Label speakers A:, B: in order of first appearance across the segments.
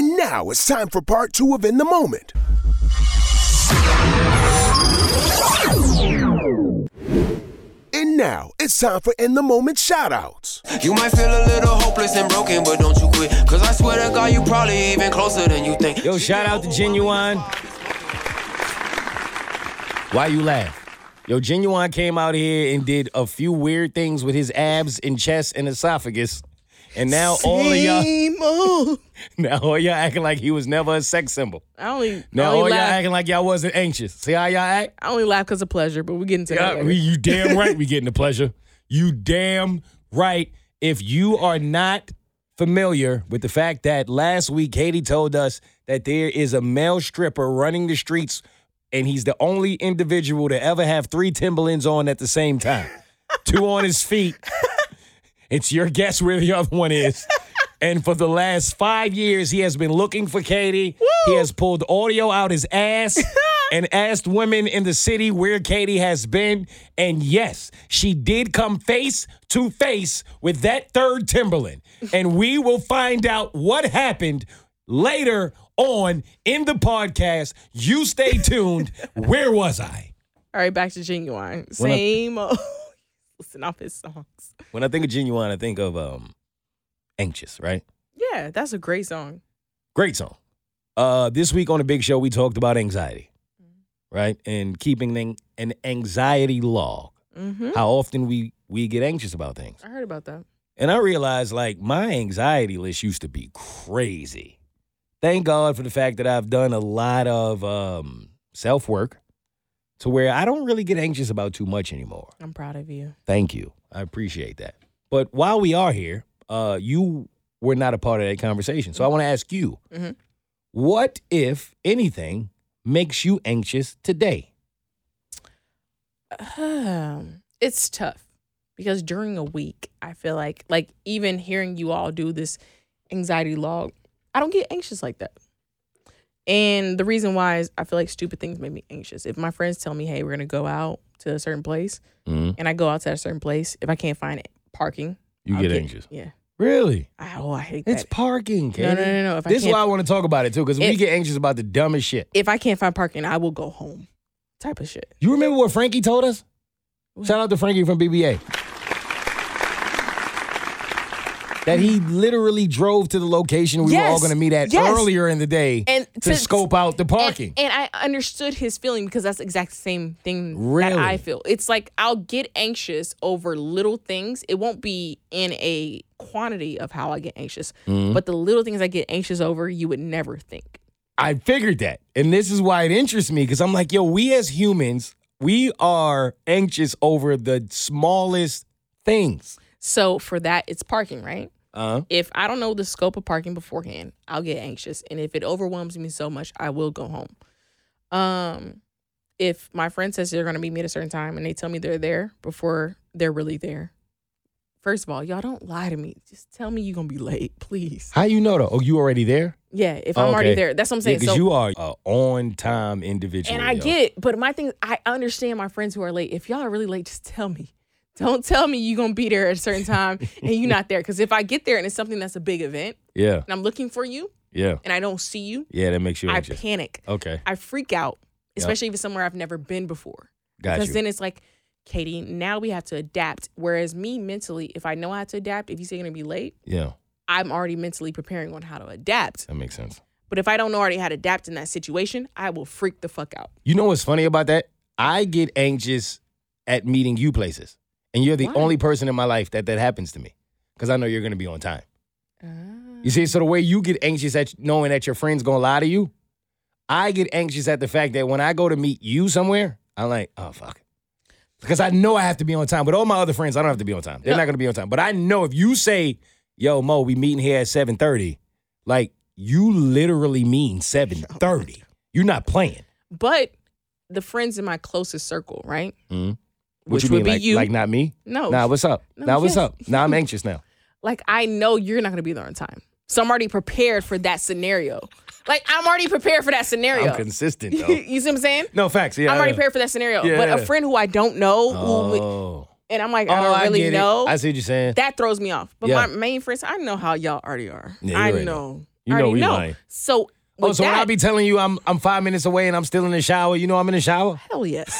A: Now it's time for part two of In the Moment. And now it's time for In the Moment shoutouts.
B: You might feel a little hopeless and broken, but don't you quit. Cause I swear to God, you probably even closer than you think.
C: Yo, shout out to Genuine. Why you laugh? Yo, Genuine came out here and did a few weird things with his abs and chest and esophagus. And now all of y'all
D: Same old.
C: now all y'all acting like he was never a sex symbol.
D: I only, I
C: Now all
D: only
C: y'all
D: laugh.
C: acting like y'all wasn't anxious. See how y'all act?
D: I only laugh because of pleasure, but we get into that.
C: Yeah,
D: later.
C: we- you damn right we getting the pleasure. You damn right. If you are not familiar with the fact that last week Katie told us that there is a male stripper running the streets and he's the only individual to ever have three Timberlands on at the same time. Two on his feet. It's your guess where the other one is. And for the last five years, he has been looking for Katie. He has pulled audio out his ass and asked women in the city where Katie has been. And yes, she did come face to face with that third Timberland. And we will find out what happened later on in the podcast. You stay tuned. where was I?
D: All right, back to Genuine.
C: When I-
D: Same old. Listen off his songs.
C: When I think of Genuine, I think of um, Anxious, right?
D: Yeah, that's a great song.
C: Great song. Uh, this week on the Big Show, we talked about anxiety, right? And keeping an, an anxiety log.
D: Mm-hmm.
C: How often we we get anxious about things.
D: I heard about that.
C: And I realized, like, my anxiety list used to be crazy. Thank God for the fact that I've done a lot of um, self work to where I don't really get anxious about too much anymore.
D: I'm proud of you.
C: Thank you. I appreciate that. But while we are here, uh, you were not a part of that conversation. So I want to ask you
D: Mhm.
C: what, if anything, makes you anxious today?
D: Um, it's tough because during a week, I feel like like even hearing you all do this anxiety log, I don't get anxious like that. And the reason why is I feel like stupid things make me anxious. If my friends tell me, "Hey, we're gonna go out to a certain place,"
C: Mhm.
D: and I go out to a certain place, if I can't find parking,
C: You
D: I'll
C: get anxious.
D: Yeah.
C: Really?
D: I, oh, I hate
C: It's
D: that.
C: parking, Katie.
D: No, no, no, no. If I
C: This is
D: can't,
C: why I want to talk about it, too, because we
D: If-
C: get anxious about the dumbest shit.
D: if I can't find parking, I will go home. Type of shit.
C: You remember what Frankie told us? Shout out to Frankie from BBA. That he literally drove to the location we were all
D: Yes,
C: going to meet at
D: yes.
C: earlier in the day
D: And
C: to,
D: to-
C: scope out the parking.
D: And, and I understood his feeling because that's the exact same thing
C: Really?
D: that I feel. It's like I'll get anxious over little things. It won't be in a quantity of how I get anxious,
C: Mm-hmm.
D: but the little things I get anxious over, you would never think.
C: I figured that. And this is why it interests me because I'm like, yo, we as humans, we are anxious over the smallest things.
D: So for that, it's parking, right?
C: Uh,
D: If I don't know the scope of parking beforehand, I'll get anxious, and if it overwhelms me so much, I will go home. Um, if my friend says they're going to meet me at a certain time and they tell me they're there before they're really there, first of all, y'all don't lie to me. Just tell me you're going to be late, please.
C: how you know though? Oh, you already there?
D: Yeah, if I'm already
C: Okay.
D: there, that's what I'm
C: Yeah,
D: saying.
C: because
D: so,
C: you are an on time individual.
D: and I
C: yo.
D: get it, but my thing, I understand my friends who are late. If y'all are really late, just tell me. Don't tell me you're going to be there at a certain time and you're not there. Because if I get there and it's something that's a big event
C: Yeah,
D: and I'm looking for you
C: yeah,
D: and I don't see you,
C: yeah. That makes you
D: I
C: anxious.
D: panic.
C: okay,
D: I freak out,
C: Yep.
D: especially if it's somewhere I've never been before.
C: got
D: Because
C: you.
D: then it's like, Katie, now we have to adapt. Whereas me mentally, if I know how to adapt, if you say you're gonna be late,
C: yeah,
D: I'm already mentally preparing on how to adapt.
C: that makes sense.
D: But if I don't already how to adapt in that situation, I will freak the fuck out.
C: You know what's funny about that? I get anxious at meeting you places, and you're the
D: Why?
C: only person in my life that that happens to me because I know you're gonna be on time. You see, so the way you get anxious at knowing that your friend's gonna lie to you, I get anxious at the fact that when I go to meet you somewhere, I'm like, oh fuck. Because I know I have to be on time. But all my other friends, I don't have to be on time. They're
D: No.
C: not gonna be on time. But I know if you say, yo, Mo, we meeting here at 7:30, like you literally mean 7:30. You're not playing.
D: But the friends in my closest circle, right?
C: Mhm.
D: Which
C: you
D: would
C: mean,
D: be
C: like,
D: you.
C: like not me?
D: no,
C: Nah, what's up?
D: No,
C: nah, what's
D: yes.
C: up? Nah, I'm anxious now.
D: like I know you're not gonna be there on time. So I'm already prepared for that scenario. Like I'm already prepared for that scenario.
C: I'm consistent
D: you
C: though.
D: see what I'm saying?
C: no, facts. Yeah.
D: I'm already
C: yeah.
D: prepared for that scenario.
C: Yeah.
D: But a friend who I don't know, who,
C: Oh.
D: and I'm like, I don't
C: oh,
D: really
C: get it.
D: know.
C: I see what you're saying.
D: that throws me off. But
C: Yeah.
D: my main friends, I know how y'all already are.
C: Yeah, you
D: I
C: already
D: know.
C: You
D: I
C: know
D: already
C: we
D: know.
C: lying.
D: So with
C: Oh, so when
D: that,
C: I be telling you I'm I'm five minutes away and I'm still in the shower, you know I'm in the shower.
D: hell yes.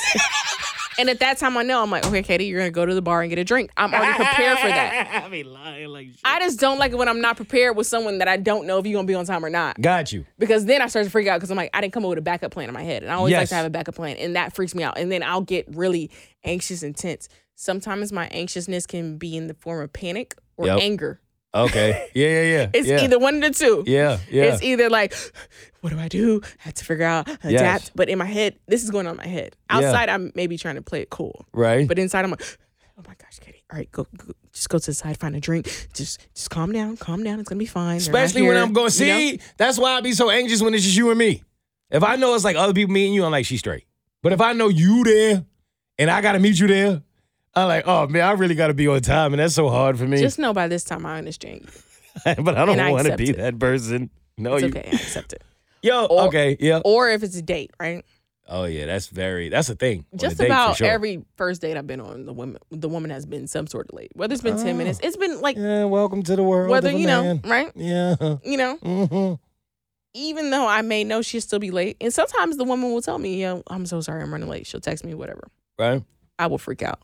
D: and at that time, I know I'm like, okay, Katie, you're gonna go to the bar and get a drink. I'm already prepared for that.
C: I be lying like shit.
D: I just don't like it when I'm not prepared with someone that I don't know if you're gonna be on time or not.
C: Got you.
D: Because then I start to freak out because I'm like, I didn't come up with a backup plan in my head. And I always like
C: Yes.
D: to have a backup plan. And that freaks me out. And then I'll get really anxious and tense. Sometimes my anxiousness can be in the form of panic or
C: Yep.
D: anger.
C: Okay. Yeah, yeah, yeah.
D: It's
C: yeah.
D: either one of the two.
C: Yeah, yeah.
D: It's e- either like, what do I do? I have to figure out, adapt.
C: Yes.
D: But in my head, this is going on in my head. Outside, I'm maybe trying to play it cool.
C: right.
D: But inside, I'm like, oh my gosh, Katie. All right, go, go just go to the side, find a drink. Just just calm down, calm down. It's gonna be fine. They're not
C: Especially when
D: here,"
C: I'm going.
D: you know?
C: See, that's why I be so anxious when it's just you and me. If I know it's like other people meeting you, I'm like, she's straight. But if I know you there and I gotta meet you there, I'm like, oh man, I really gotta be on time, and that's so hard for me.
D: Just know by this time I understand you.
C: but I
D: and
C: don't
D: I
C: want to
D: accept
C: be
D: it.
C: that person. No,
D: It's
C: Oh, you.
D: okay, I accept it.
C: Yo,
D: Or-
C: okay, yeah.
D: Or if it's a date, right?
C: Oh yeah, that's very. That's a thing. on a
D: Just
C: date for
D: about
C: sure.
D: every first date I've been on, the woman the woman has been some sort of late. Whether it's been
C: Oh.
D: ten minutes, it's been like
C: Yeah, welcome to the world.
D: whether
C: of a
D: you know,
C: man.
D: right?
C: Yeah.
D: You know,
C: Mhm.
D: even though I may know she'll still be late, and sometimes the woman will tell me, "Yo, I'm so sorry, I'm running late." She'll text me, whatever.
C: Right.
D: I will freak out.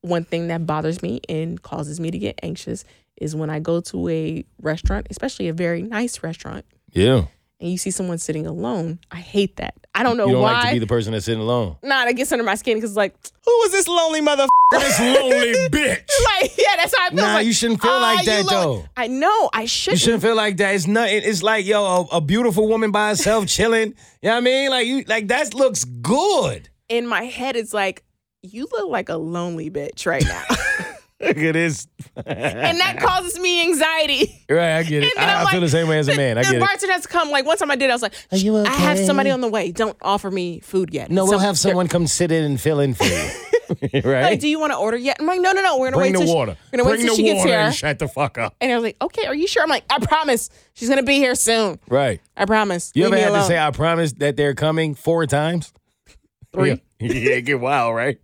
D: One thing that bothers me and causes me to get anxious is when I go to a restaurant, especially a very nice restaurant,
C: Yeah.
D: and you see someone sitting alone. I hate that. I don't know
C: You don't
D: why.
C: like to be the person that's sitting alone.
D: nah, that gets under my skin because like, who is this lonely motherfucker?
C: this lonely bitch.
D: like, yeah, that's how I feel.
C: Nah,
D: Like,
C: you shouldn't feel
D: ah,
C: like
D: you
C: that,
D: look-
C: though.
D: I know I
C: You
D: shouldn't.
C: shouldn't feel like that. It's nothing. It's like yo, a, a beautiful woman by herself chilling. You know what I mean? Like you, like that looks good.
D: In my head, it's like you look like a lonely bitch right now,
C: Look at this.
D: and that causes me anxiety.
C: right, I get
D: And
C: it.
D: then
C: I,
D: I'm
C: I feel
D: like,
C: the same way as a
D: the-
C: man. I
D: the
C: get it.
D: bartender has to come. Like one time I did, I was like,
C: Are you
D: I have somebody
C: okay?
D: on the way. Don't offer me food yet.
C: No, we'll
D: Some-
C: have someone come sit in and fill in for you.
D: they're Like,
C: right?
D: do you want to order yet? I'm like, no, no, no. We're gonna
C: Bring
D: wait
C: the
D: till
C: water.
D: She, we're gonna
C: Bring
D: wait
C: the
D: till she gets
C: water
D: here.
C: and shut the fuck up.
D: And I was like, okay, are you sure? I'm like, I promise, she's gonna be here soon.
C: Right.
D: I promise.
C: You
D: Leave
C: ever
D: me
C: had
D: alone.
C: to say "I promise" that they're coming four times?
D: Three.
C: Yeah, yeah it get wild, right?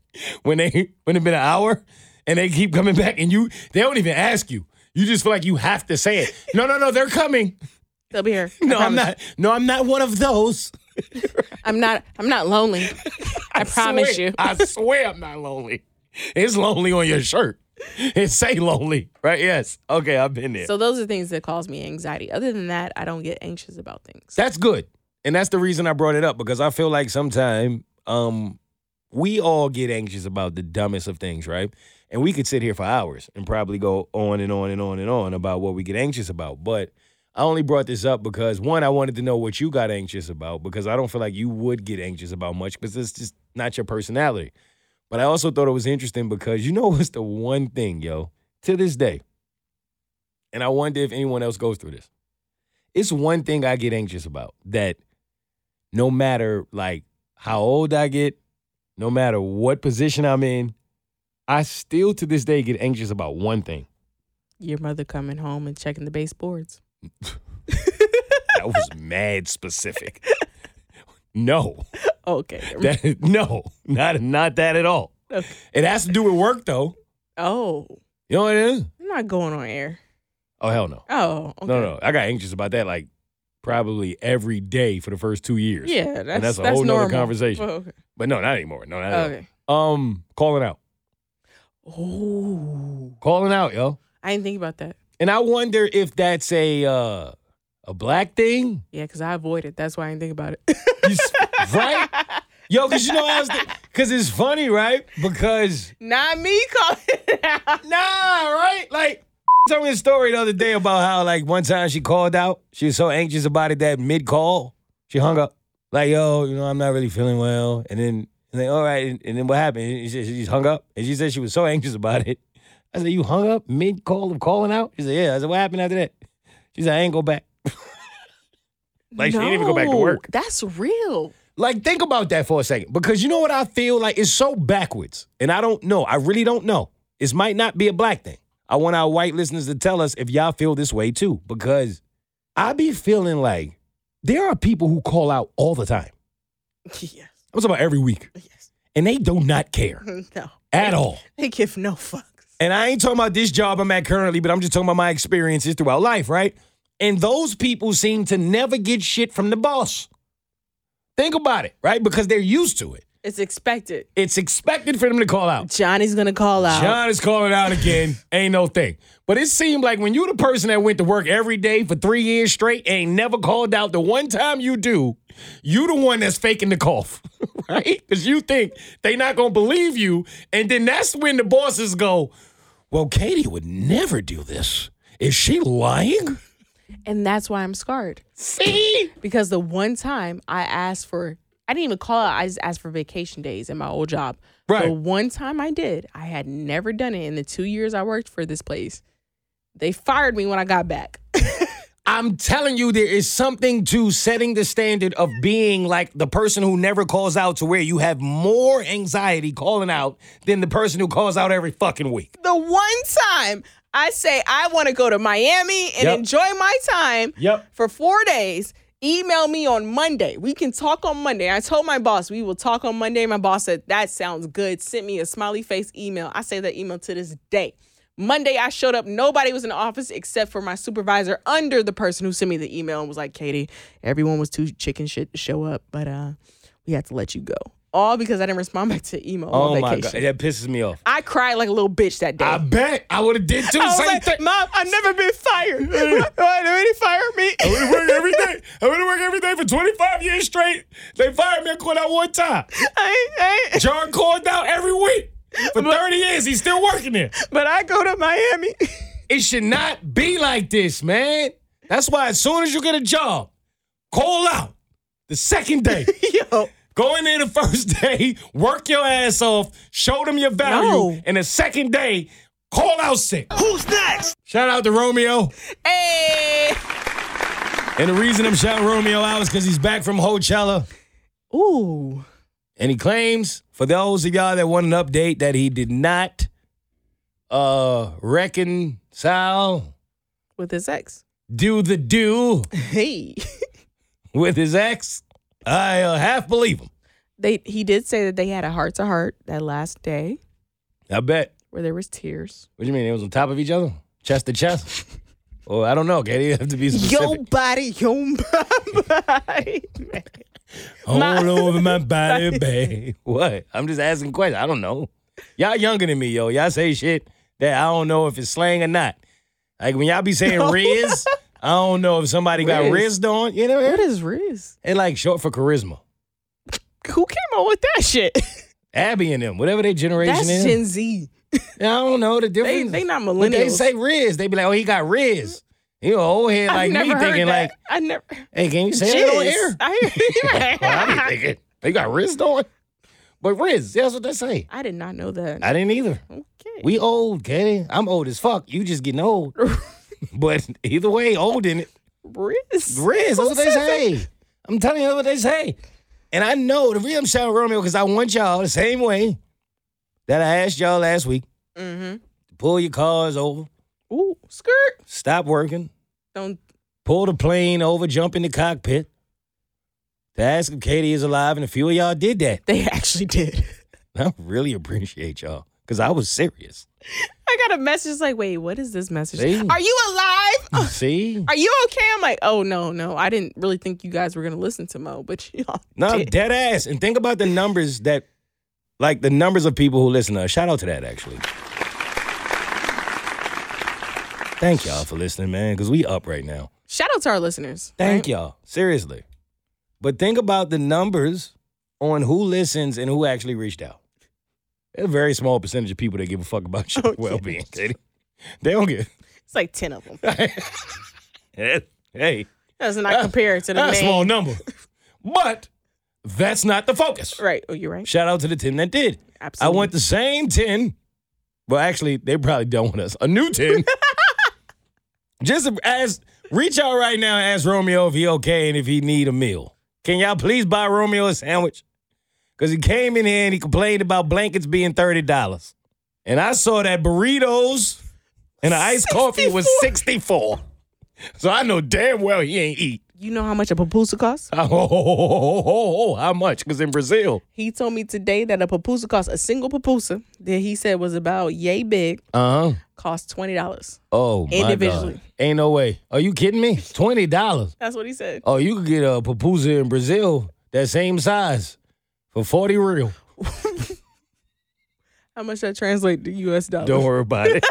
C: When they when it been an hour and they keep coming back and you they don't even ask you. You just feel like you have to say it. No, no, no, they're coming.
D: they'll be here? I
C: No, I'm
D: promise.
C: not. No, I'm not one of those.
D: I'm not. I'm not lonely. I, promise
C: swear-
D: you.
C: I swear I'm not lonely. It's lonely on your shirt. It say lonely, right? Yes. Okay, I've been there.
D: So those are things that cause me anxiety. Other than that, I don't get anxious about things.
C: That's good. And that's the reason I brought it up because I feel like sometime um we all get anxious about the dumbest of things, right? And we could sit here for hours and probably go on and on and on and on about what we get anxious about. But I only brought this up because one, I wanted to know what you got anxious about because I don't feel like you would get anxious about much because it's just not your personality. But I also thought it was interesting because you know what's the one thing, yo, to this day, and I wonder if anyone else goes through this it's one thing I get anxious about that no matter like how old I get, no matter what position I'm in, I still to this day get anxious about one thing.
D: Your mother coming home and checking the baseboards.
C: That was mad specific. No,
D: Okay. never mind.
C: that, no, not not that at all.
D: Okay.
C: It has to do with work though.
D: Oh,
C: You know what it is?
D: I'm not going on air.
C: Oh hell no,
D: Oh, okay.
C: no no. I got anxious about that like probably every day for the first two years.
D: Yeah, that's
C: that's a
D: that's
C: whole nother
D: normal
C: conversation.
D: Oh, okay.
C: but no, not anymore. No, not at all.
D: okay.
C: Um, calling out,
D: Oh,
C: calling out, yo.
D: I didn't think about that.
C: And I wonder if that's a uh, a black thing,
D: Yeah, because I avoid it. That's why I didn't think about it.
C: You s- right? Yo, because you know I was because it's funny, right? Because
D: Not me calling it out.
C: nah, right? Like told me a story the other day about how like one time she called out, she was so anxious about it that mid call she hung up. Like yo, you know I'm not really feeling well, and then and then all right, and, and then what happened? And she, she just hung up, and she said she was so anxious about it. I said you hung up mid call of calling out. She said yeah. I said what happened after that? She said I ain't go back. Like, she didn't even go back to
D: No,
C: work.
D: That's real.
C: Like, think about that for a second, because you know what I feel like it's so backwards, and I don't know. I really don't know. This might not be a black thing. I want our white listeners to tell us if y'all feel this way too, because I be feeling like there are people who call out all the time.
D: Yes.
C: I'm talking about every week,
D: Yes.
C: and they do not care
D: No.
C: at all.
D: They give no fucks.
C: And I ain't talking about this job I'm at currently, but I'm just talking about my experiences throughout life, right? And those people seem to never get shit from the boss. Think about it, right? Because they're used to it.
D: It's expected.
C: It's expected for them to call out.
D: Johnny's gonna call out.
C: John is calling out again. ain't no thing. But it seemed like when you the person that went to work every day for three years straight, ain't never called out. The one time you do, you the one that's faking the cough, right? Because you think they not gonna believe you, and then that's when the bosses go, "Well, Katie would never do this. Is she lying?"
D: and that's why I'm scarred.
C: See,
D: Because the one time I asked for, I didn't even call out, I just asked for vacation days in my old job.
C: Right.
D: The one time I did, I had never done it in the two years I worked for this place. They fired me when I got back.
C: I'm telling you, there is something to setting the standard of being like the person who never calls out to where you have more anxiety calling out than the person who calls out every fucking week.
D: the one time I say I want to go to Miami and
C: Yep.
D: enjoy my time
C: Yep.
D: for four days, email me on Monday. We can talk on Monday. I told my boss we will talk on Monday. My boss said, That sounds good. Sent me a smiley face email. I say that email to this day. Monday, I showed up. Nobody was in the office except for my supervisor under the person who sent me the email and was like, Katie, everyone was too chicken shit to show up, but uh, we had to let you go. All because I didn't respond back to email
C: Oh
D: on
C: my
D: vacation.
C: god, that pisses me off.
D: I cried like a little bitch that day.
C: I bet I would have did too. Same thing.
D: Mom, I've never been fired. Why did he fire me?
C: I went to work every day. I went to work every day for 25 years straight. They fired me. I called out one time.
D: I- I-
C: John called out every week for 30 years. He's still working there.
D: but I go to Miami.
C: It should not be like this, man. That's why as soon as you get a job, call out the second day.
D: Yo,
C: Go in there the first day, work your ass off, show them your value,
D: No.
C: and the second day, call out sick. Who's next? Shout out to Romeo.
D: hey.
C: And the reason I'm shouting Romeo out is because he's back from Coachella.
D: Ooh,
C: And he claims, for those of y'all that want an update, that he did not uh reconcile,
D: with his ex.
C: do the do
D: Hey,
C: with his ex. I uh, half believe him.
D: they he did say that they had a heart to heart that last day
C: I bet.
D: where there was tears.
C: What do you mean? It was on top of each other? Chest to chest? oh, I don't know, Katie. You have to be specific.
D: body, yo body.
C: All
D: My-
C: over my body, babe. What? I'm just asking questions. I don't know. Y'all younger than me, yo. Y'all say shit that I don't know if it's slang or not. Like when y'all be saying Riz, I don't know if somebody got
D: Riz.
C: rizzed on. You know
D: what
C: it
D: is Riz?
C: They like short for charisma.
D: Who came up with that shit?
C: Abby and them, whatever their generation
D: That's
C: is.
D: Gen Z.
C: I don't know the
D: They
C: difference.
D: they not
C: When
D: millennials.
C: they say Riz, they be like, oh, he got Riz. You know, old head
D: I've
C: like me
D: never heard
C: thinking
D: that.
C: like,
D: I never.
C: hey, can you say that on
D: Jizz.
C: air?
D: I hear
C: Well, I be thinking they got Riz on. But Riz, that's what they say.
D: I did not know that.
C: I didn't either.
D: okay.
C: We old, Katie. I'm old as fuck. You just getting old. but either way, old in it.
D: Riz.
C: Riz, that's what they
D: Who says that?
C: say. I'm telling you, that's what they say. And I know the reason I'm shouting Romeo because I want y'all the same way that I asked y'all last week.
D: Mm-hmm.
C: Pull your cars over,
D: Ooh, skirt.
C: stop working,
D: Don't.
C: pull the plane over, jump in the cockpit. To ask if Katie is alive, and a few of y'all did that.
D: They actually did.
C: I really appreciate y'all because I was serious.
D: I got a message like, wait, what is this message?
C: See?
D: Are you alive?
C: See?
D: Uh, Are you okay? I'm like, oh no, no. I didn't really think you guys were gonna listen to Mo, but y'all
C: No, I'm
D: did.
C: dead ass. And think about the numbers that, like the numbers of people who listen to us. Shout out to that, actually. Thank y'all for listening, man, because we up right now.
D: Shout out to our listeners.
C: Thank y'all. Seriously. But think about the numbers on who listens and who actually reached out. There's a very small percentage of people that give a fuck about your
D: Oh, yeah.
C: well being, Katie. They don't give.
D: It's like ten of them.
C: hey,
D: That's not compared to the
C: that's a
D: main.
C: small number. But that's not the focus.
D: Right. Oh, you're right.
C: Shout out to the 10 that did.
D: Absolutely.
C: I want the same 10. Well, actually, they probably don't want us. A new 10. Just ask, reach out right now and ask Romeo if he okay and if he need a meal. Can y'all please buy Romeo a sandwich? Because he came in here and he complained about blankets being $30. And I saw that burritos and the iced coffee was 64 So I know damn well he ain't eat.
D: You know how much a pupusa costs?
C: Oh, oh, oh, oh, oh, oh, how much? Because in Brazil,
D: He told me today that a pupusa costs a single pupusa that he said was about yay big
C: uh huh.
D: costs twenty dollars.
C: Oh, my
D: Individually.
C: God. ain't no way. Are you kidding me? Twenty dollars.
D: That's what he said.
C: Oh, you could get a pupusa in Brazil that same size for forty real.
D: How much that translate to U.S. dollars?
C: Don't worry about it.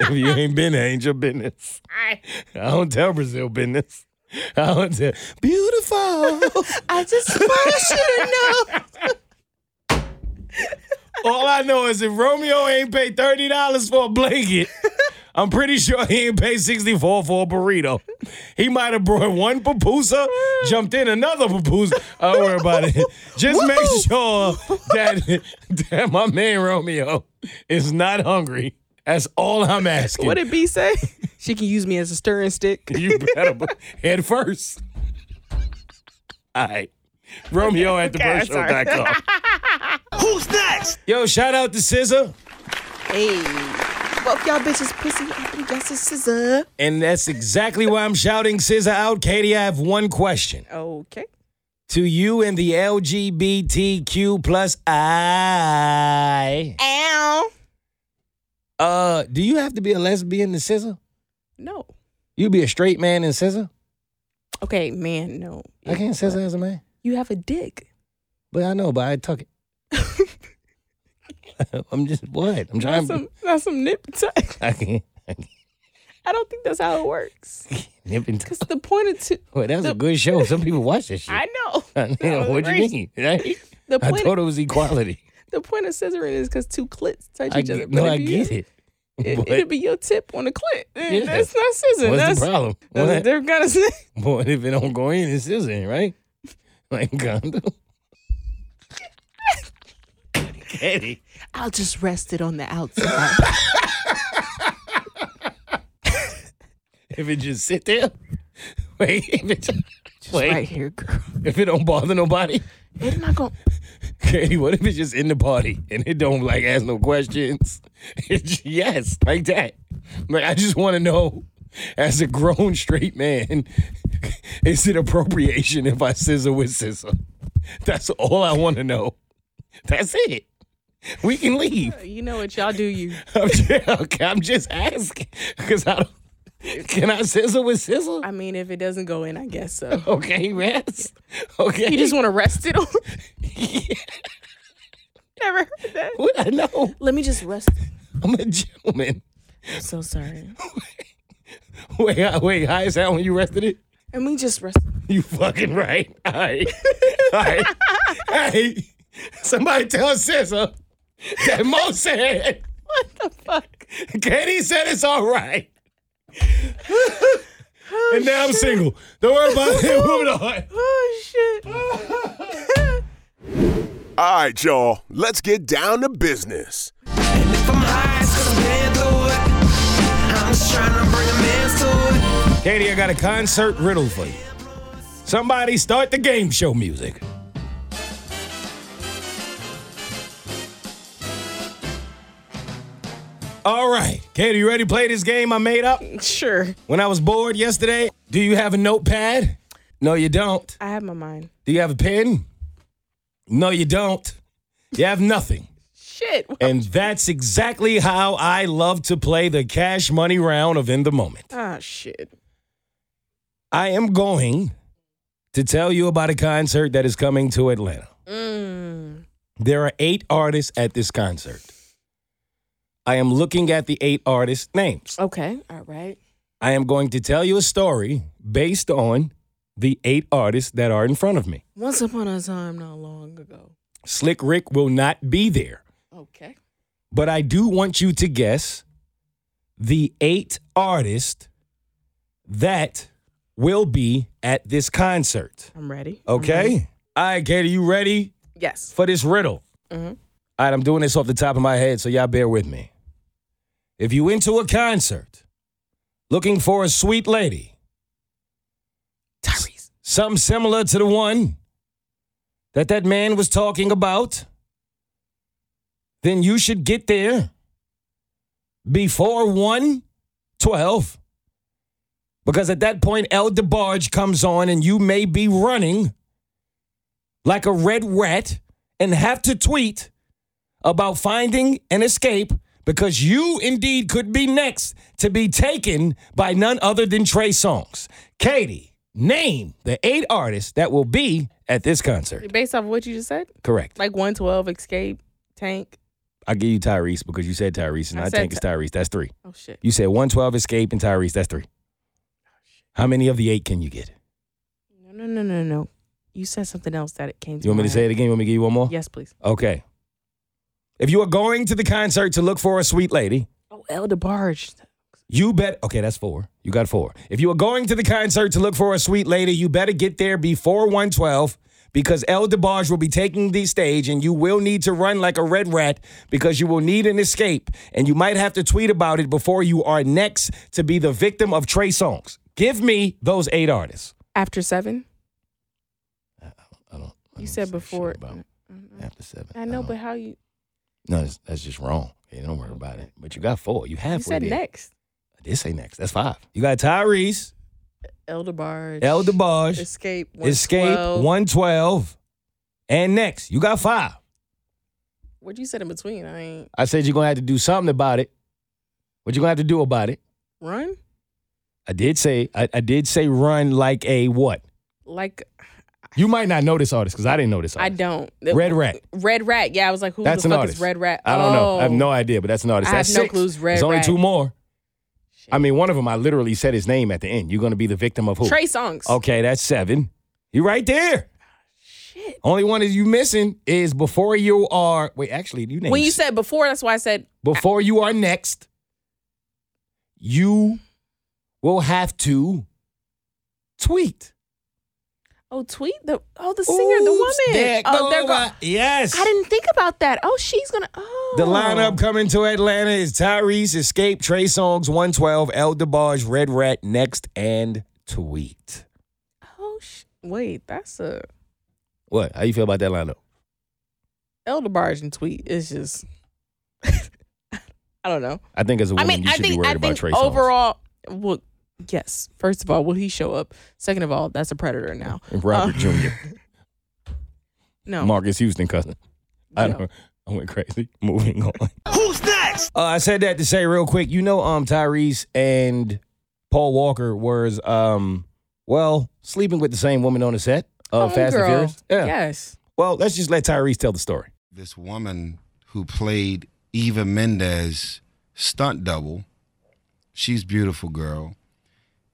C: if you ain't been, there, ain't your business. I don't tell Brazil business. I don't tell. Beautiful.
D: I just want you to know.
C: All I know is if Romeo ain't paid thirty dollars for a blanket, I'm pretty sure he ain't paid sixty four for a burrito. He might have brought one pupusa, jumped in another pupusa. I don't worry about it. Just make sure that that my man Romeo is not hungry. That's all I'm asking.
D: What did B say? She can use me as a stirring stick.
C: you better be- head first. All right. Romeo at
D: okay,
C: thebroshow.com. Who's next? Yo, shout out to SZA.
D: Hey, fuck y'all bitches, pussy. I think that's a scissor.
C: And that's exactly why I'm shouting SZA out. Katie, I have one question.
D: Okay.
C: To you and the LGBTQ plus I.
D: Ow.
C: Uh, do you have to be a lesbian to SZA?
D: No.
C: You be a straight man in SZA?
D: Okay, man. No.
C: I can't SZA as a man.
D: You have a dick.
C: But I know, but I tuck it. I'm just what? I'm
D: Not
C: trying
D: some, not some nip tuck.
C: I can't, I can't
D: I don't think that's how it works.
C: nip and tuck.
D: Cause the point of two,
C: Well, that was a good show. Some people watch that shit.
D: I know. That was
C: what do you
D: racist.
C: mean? Right?
D: The
C: I
D: point,
C: thought it was equality.
D: the point of scissoring is because two clits touch
C: I
D: each other.
C: get, no,
D: But if
C: I
D: you-
C: get it.
D: It,
C: But
D: it'll be your tip on the clit. Eh,
C: Yeah.
D: That's not scissoring.
C: what's
D: that's
C: the problem?
D: that's a
C: What?
D: different kind of scissoring.
C: But if it don't go in, it's still in, right? Like condom. Katie.
D: I'll just rest it on the outside.
C: If it just sit there. Wait, if it wait,
D: right here, girl.
C: if it don't bother nobody.
D: It's not gonna.
C: Katie, what if it's just in the party and it don't like ask no questions? It's- yes, like that. Like I just want to know, as a grown straight man, is it appropriation if I scissor with scissor? That's all I want to know. That's it. We can leave.
D: Uh, You know what y'all do? You
C: I'm just, okay, I'm just asking because I don't. Can I scissor with scissor?
D: I mean, if it doesn't go in, I guess so.
C: Okay, rest. Okay.
D: You just want to rest it on. Never heard that.
C: what I know.
D: Let me just rest.
C: I'm a gentleman.
D: I'm so sorry.
C: Wait, uh, wait, how is that when you rested it?
D: Let me just rest.
C: You fucking right. All right. All right. hey, somebody tell Scissor that Mo said,
D: What the fuck?
C: Katie said it's all right.
D: Oh,
C: and now I'm single. Don't worry about it. Moving on.
D: Oh shit.
A: All right, y'all, let's get down to business.
B: And if I'm high, it's cause I'm paying through it. I'm just trying to bring a man to it.
C: Katie, I got a concert riddle for you. Somebody start the game show music. All right. Katie, you ready to play this game I made up?
D: Sure.
C: When I was bored yesterday, do you have a notepad? No, you don't.
D: I have my mind.
C: Do you have a pen? No, you don't. You have nothing.
D: Shit.
C: And that's exactly how I love to play the cash money round of In the Moment.
D: Ah shit.
C: I am going to tell you about a concert that is coming to Atlanta.
D: Mm.
C: There are eight artists at this concert. I am looking at the eight artists' names.
D: Okay. All right.
C: I am going to tell you a story based on the eight artists that are in front of me.
D: Once upon a time, not long ago.
C: Slick Rick will not be there,
D: Okay.
C: but I do want you to guess the eight artists that will be at this concert.
D: I'm ready. I'm ready.
C: Okay? All right, Katie, you ready
D: Yes.
C: for this riddle?
D: Mhm.
C: All right, I'm doing this off the top of my head, so y'all bear with me. If you into a concert looking for a sweet lady,
D: Tyrese.
C: something similar to the one that that man was talking about, then you should get there before 112 Because at that point, El DeBarge comes on and you may be running like a red rat and have to tweet about finding an escape because you indeed could be next to be taken by none other than Trey Songz. Katie, name the eight artists that will be at this concert.
D: Based off of what you just said,
C: Correct.
D: like 112, Escape, Tank.
C: I give you Tyrese because you said Tyrese and
D: I
C: I,
D: said
C: think it's Tyrese. That's three.
D: Oh, shit.
C: You said 112 Escape and Tyrese. That's three.
D: Oh,
C: How many of the eight can you get?
D: No, no, no, no, no. You said something else that it came to
C: You want me to say it again? You want me to give you one more?
D: Yes, please.
C: Okay. If you are going to the concert to look for a sweet lady,
D: Oh, El DeBarge.
C: you bet. Okay, that's four. You got four. If you are going to the concert to look for a sweet lady, you better get there before 112 because El DeBarge will be taking the stage and you will need to run like a red rat because you will need an escape and you might have to tweet about it before you are next to be the victim of Trey Songs. Give me those eight artists.
D: After seven?
C: I don't.
D: You said before. Mm-hmm.
C: after seven.
D: I know, but how you.
C: No, that's, that's just wrong. Hey, don't worry about it. But you got four. You
D: You
C: halfway
D: said
C: there.
D: next.
C: This ain't next. That's five. You got Tyrese,
D: El DeBarge.
C: El DeBarge,
D: Escape. 112.
C: Escape, one twelve, and next. You got five.
D: What you said in between? I ain't.
C: I said you're gonna have to do something about it. What you gonna have to do about it?
D: Run?
C: I did say I, I did say run like a what?
D: Like,
C: You might not know this artist because I didn't know this
D: I
C: artist.
D: don't.
C: Red Rat.
D: Red Rat. Yeah, I was like, who
C: That's
D: the
C: an
D: fuck
C: artist.
D: is Red Rat?
C: I don't know. I have
D: Oh.
C: no idea, but that's an artist.
D: I
C: That's
D: have no
C: six.
D: clues. Red
C: There's only
D: Rat.
C: two more.
D: Shit.
C: I mean, one of them I literally said his name at the end. You're gonna be the victim of who?
D: Trey Songs.
C: Okay, that's seven. You right there. Shit. Only one that you missing is before you are. Wait, actually, you named
D: When you
C: s-
D: said before, that's why I said
C: before you are next. You will have to tweet.
D: Oh, tweet the oh the singer, the
C: Oops,
D: woman.
C: there
D: oh, there
C: go
D: go.
C: I- Yes.
D: I didn't think about that. Oh, she's gonna. Oh,
C: The lineup coming to Atlanta is Tyrese, Escape, Trey Songs, 112, El DeBarge, Red Rat, Next, and Tweet.
D: Oh, sh- wait, that's a
C: What? How you feel about that lineup?
D: Elder Barge and tweet. It's just, I don't know.
C: I think as a
D: I
C: woman,
D: mean,
C: you
D: I
C: should be
D: think
C: worried
D: I
C: about
D: think
C: Trey Songz.
D: overall, well, yes. First of all, will he show up? Second of all, that's a predator now.
C: Robert
D: Uh,
C: Jr.
D: No,
C: Marcus Houston cousin. I
D: No.
C: know. I went crazy. Moving on. Who's next? Uh, I said that to say real quick. You know, um, Tyrese and Paul Walker was um, well, sleeping with the same woman on the set of uh, Fast
D: Homegirl.
C: and Furious.
D: Yes.
C: Well, let's just let Tyrese tell the story.
E: this woman who played Eva Mendez stunt double. She's a beautiful girl.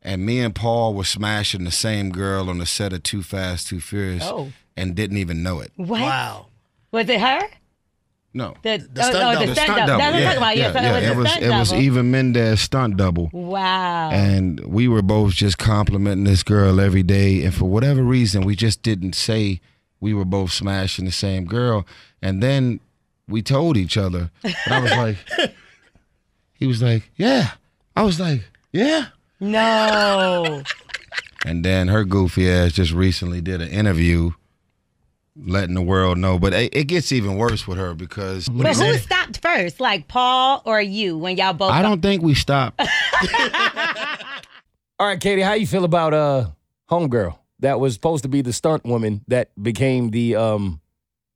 E: And me and Paul were smashing the same girl on the set of Too Fast, Too Furious
D: Oh.
E: and didn't even know it.
F: What?
G: Wow.
F: Was it her?
E: No.
F: The,
G: The
F: oh,
G: stunt double.
F: the
E: The
F: stunt double. That's what I'm talking about. Yes,
E: yeah,
F: it was
E: it
F: the
E: was
F: stunt
E: it was
F: double.
E: Eva Mendez stunt double.
F: Wow.
E: And we were both just complimenting this girl every day. And for whatever reason, we just didn't say we were both smashing the same girl. And then we told each other. And I was like, he was like, yeah. I was like, yeah.
F: no.
E: And then her goofy ass just recently did an interview letting the world know. But it, it gets even worse with her because
F: but who stopped first? Like Paul or you when y'all both
E: I don't think we stopped.
C: All right, Katie, how you feel about uh Homegirl that was supposed to be the stunt woman that became the um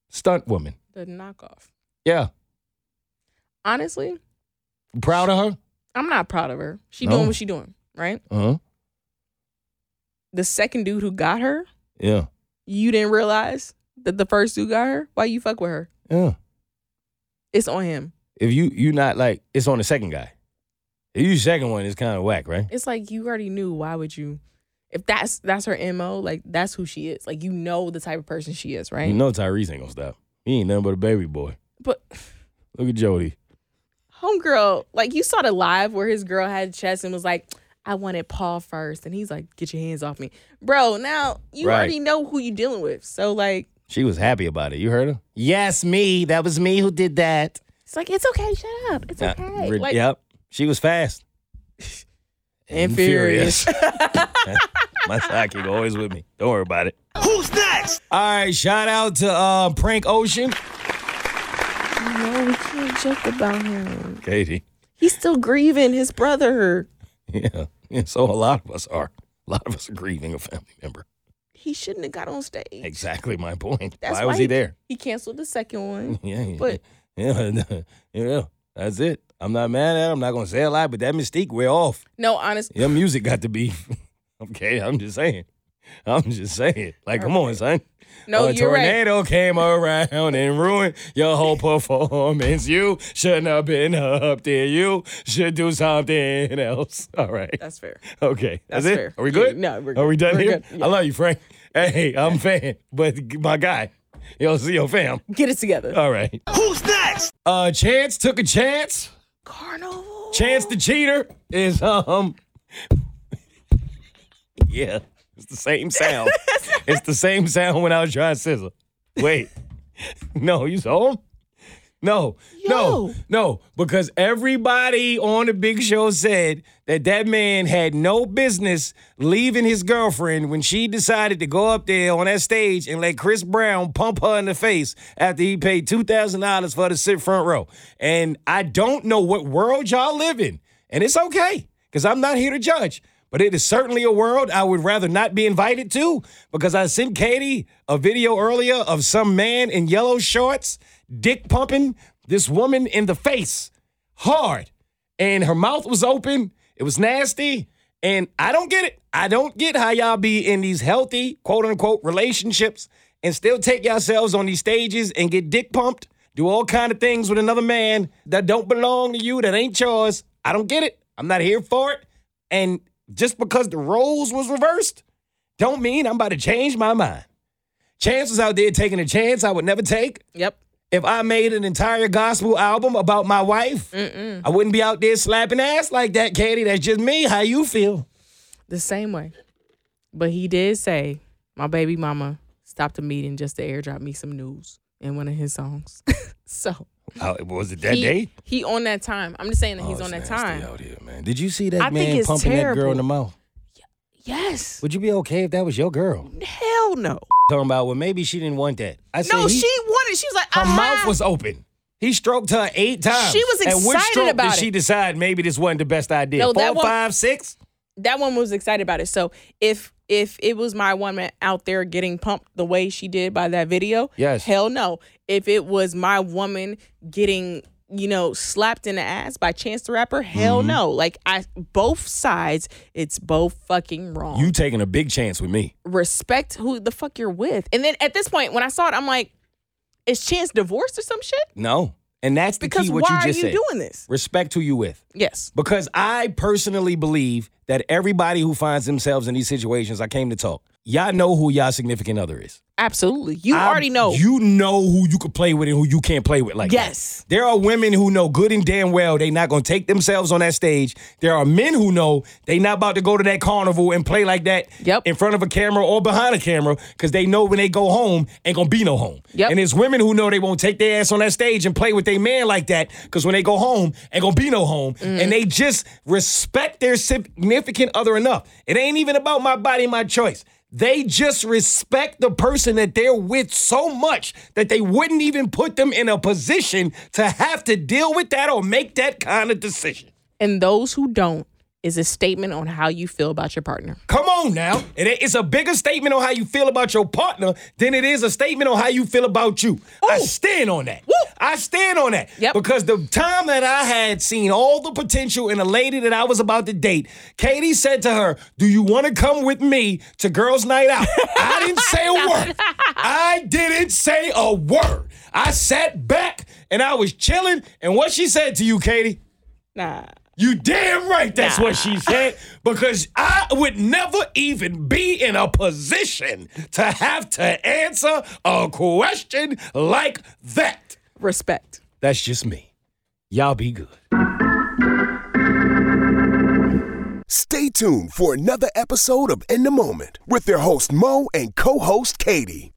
C: stunt woman?
D: The knockoff.
C: Yeah.
D: Honestly,
C: Proud of her?
D: I'm not proud of her. She
C: No.
D: doing what she doing, right?
C: Uh-huh.
D: The second dude who got her,
C: Yeah.
D: you didn't realize that the first dude got her. Why you fuck with her?
C: Yeah.
D: It's on him.
C: if you you not like it's on the second guy. If you second one, it's kind of whack, right?
D: it's like you already knew why would you if that's that's her mo like that's who she is like you know the type of person she is right
C: You know Tyrese ain't gonna stop. He ain't nothing but a baby boy.
D: but
C: Look at Jody.
D: homegirl like you saw the live where his girl had chest and was like i wanted paul first and he's like get your hands off me bro now you
C: Right.
D: already know who you dealing with so like
C: She was happy about it. You heard her? Yes, me. That was me who did that.
D: it's like it's okay shut up it's okay
C: Re-
D: like
C: yep. She was fast.
D: and furious
C: My sidekick always with me. Don't worry about it. Who's next? All right, shout out to uh, Prank Ocean.
D: no we can't joke about him
C: Katie.
D: he's still grieving his brother
C: Yeah. And so a lot of us are. A lot of us are grieving a family member.
D: He shouldn't have got on stage.
C: Exactly my point.
D: That's
C: why was he there?
D: He canceled the second one.
C: Yeah, yeah.
D: But-
C: yeah, yeah, that's it. I'm not mad at him. I'm not gonna say a lot, but that mystique wear off.
D: No, honestly,
C: Your music got to be okay. I'm just saying. I'm just saying. Like, come on, son.
D: no,
C: Oh, a
D: you're right.
C: tornado came around and ruined your whole performance. You shouldn't have been up there. You should do something else. All right.
D: That's fair.
C: Okay. That's,
D: That's
C: it.
D: fair.
C: Are we good?
D: Yeah, no, we're
C: Are we
D: good.
C: done
D: We're
C: here?
D: good, yeah.
C: I love you, Frank. Hey, I'm a fan, but my guy, yo, see your fam.
D: Get it together.
C: All right. Who's next? Uh, Chance took a chance.
D: Carnival.
C: Chance the cheater is um. yeah, it's the same sound. it's the same sound when I was trying scissor. Wait, no, you home? No, no,
D: Yo.
C: no, because everybody on the big show said that that man had no business leaving his girlfriend when she decided to go up there on that stage and let Chris Brown pump her in the face after he paid $2,000 for the sit front row. And I don't know what world y'all live in, and it's okay because I'm not here to judge. But it is certainly a world I would rather not be invited to because I sent Katie a video earlier of some man in yellow shorts dick pumping this woman in the face hard. And her mouth was open. It was nasty. And I don't get it. I don't get how y'all be in these healthy, quote unquote, relationships and still take yourselves on these stages and get dick pumped, do all kind of things with another man that don't belong to you, that ain't yours. I don't get it. I'm not here for it. And just because the roles was reversed, don't mean I'm about to change my mind. Chance was out there taking a chance I would never take.
D: Yep.
C: If I made an entire gospel album about my wife, I wouldn't be out there slapping ass like that, Katie. That's just me. How you feel?
D: The same way. But he did say, my baby mama stopped the meeting just to airdrop me some news in one of his songs. so
C: was it Oh,
D: he, he on that time. I'm just saying that he's on that time.
C: Out here, man. Did you see that
D: I think
C: man
D: it's
C: pumping that girl in the
D: terrible.
C: mouth?
D: Yes.
C: Would you be okay if that was your girl?
D: Hell no.
C: Talking about well, maybe she didn't want that. I said
D: No,
C: he-
D: she wanted. She was like,
C: her
D: uh-huh.
C: mouth was open. He stroked her eight times.
D: She was
C: At which
D: excited
C: stroke
D: about
C: did she
D: it.
C: decide maybe this wasn't the best idea?
D: No, that
C: Four,
D: one-
C: five, six?
D: that one was excited about it. So if if it was my woman out there getting pumped the way she did by that video,
C: Yes.
D: hell no. If it was my woman getting you know slapped in the ass by Chance the Rapper, hell
C: Mm-hmm.
D: no. Like I both sides, it's both fucking wrong.
C: You taking a big chance with me?
D: Respect who the fuck you're with. And then at this point, when I saw it, I'm like, is Chance divorced or some shit?
C: No, and that's the
D: Because
C: key. What
D: why
C: you
D: are
C: just said.
D: you doing this?
C: Respect who you with.
D: Yes.
C: Because I personally believe that everybody who finds themselves in these situations, I came to talk. Y'all know who y'all significant other is.
D: Absolutely. You
C: I-
D: already know.
C: You know who you can play with and who you can't play with. Like that.
D: Yes.
C: there are women who know good and damn well they not gonna take themselves on that stage. There are men who know they not about to go to that carnival and play like that
D: Yep.
C: in front of a camera or behind a camera because they know when they go home ain't gonna be no home.
D: Yep.
C: And there's women who know they won't take their ass on that stage and play with their man like that because when they go home ain't gonna be no home. And they just respect their significant other enough. It ain't even about my body, my choice. They just respect the person that they're with so much that they wouldn't even put them in a position to have to deal with that or make that kind of decision.
D: and those who don't is a statement on how you feel about your partner.
C: Come on now. It- it's a bigger statement on how you feel about your partner than it is a statement on how you feel about you. I stand on that. I stand on that.
D: Yep.
C: Because the time that I had seen all the potential in a lady that I was about to date, Katie said to her, Do you want to come with me to girls' night out? I didn't say a word. I didn't say a word. I sat back and I was chilling. And what she said to you, Katie?
D: Nah.
C: You damn right that's what she said because I would never even be in a position to have to answer a question like that.
D: Respect.
C: That's just me. Y'all be good.
A: Stay tuned for another episode of In the Moment with their host Mo and co-host Katie.